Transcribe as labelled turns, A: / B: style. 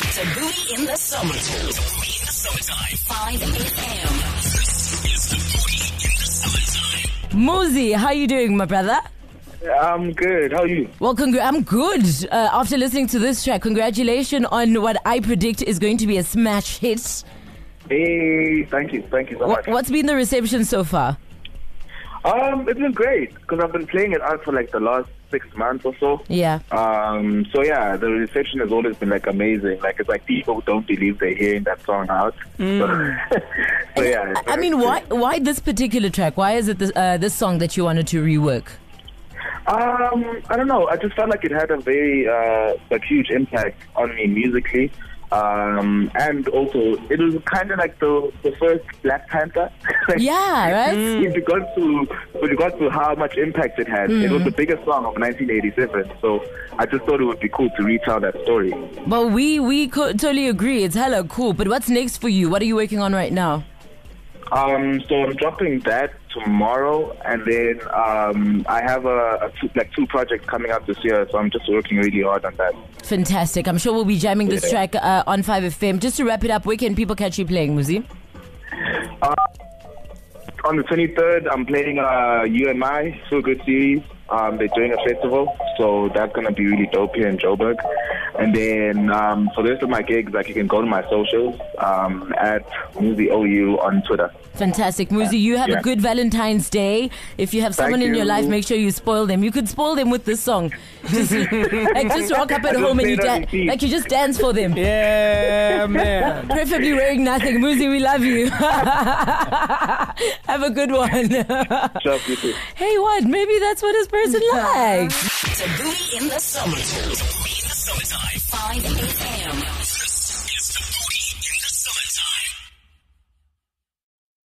A: To Booty in the Summertime. To Booty in the Summertime. 5 a.m.
B: Muzi, how you doing, my brother?
C: I'm good. How are you?
B: Well, congr- I'm good. Uh, after listening to this track, congratulations on what I predict is going to be a smash hit.
C: Hey, thank you. Thank you so
B: What,
C: much.
B: what's been the reception so far?
C: Um, it's been great because I've been playing it out for like the last six months or so.
B: Yeah.
C: Um, so yeah, the reception has always been like amazing. Like it's like people don't believe they're hearing that song out. So, so yeah. it's
B: Mm. I, I
C: been-
B: mean, why why this particular track? Why is it this, uh, this song that you wanted to rework?
C: Um, I don't know. I just felt like it had a very uh, like huge impact on me musically, um, and also it was kind of like the the first Black Panther. Like,
B: Yeah, right?
C: With regards to with regards to how much impact it had, it was the biggest song of 1987. So I just thought it would be cool to retell that story.
B: Well, we we co- totally agree. It's hella cool. But what's next for you? What are you working on right now?
C: Um, so I'm dropping that tomorrow, and then um, I have a, a two, like two projects coming up this year. So I'm just working really hard on that.
B: Fantastic. I'm sure we'll be jamming this
C: Yeah.
B: track uh, on 5FM. Just to wrap it up, where can people catch you playing, Muzi?
C: Uh, on the 23rd, I'm playing uh, UMI, Feel Good Series. Um, they're doing a festival, so that's going to be really dope here in Joburg. And then um, for the rest of my gigs, like you can go to my socials um, at Muzi OU on Twitter.
B: Fantastic. Muzi, you have a
C: Yeah.
B: good Valentine's Day. If you have someone in your
C: you.
B: life, make sure you spoil them. You could spoil them with this song. Just, like, just walk up at home and you
C: play it on
B: dance.
C: repeat.
B: Like, you just dance for them.
D: Yeah, man.
B: Preferably wearing nothing. Muzi, we love you. have a good one.
C: Just you too.
B: hey, what? Maybe that's what his person likes.
A: To Booty in the Summertime. To Booty in the Summertime. 5 a.m.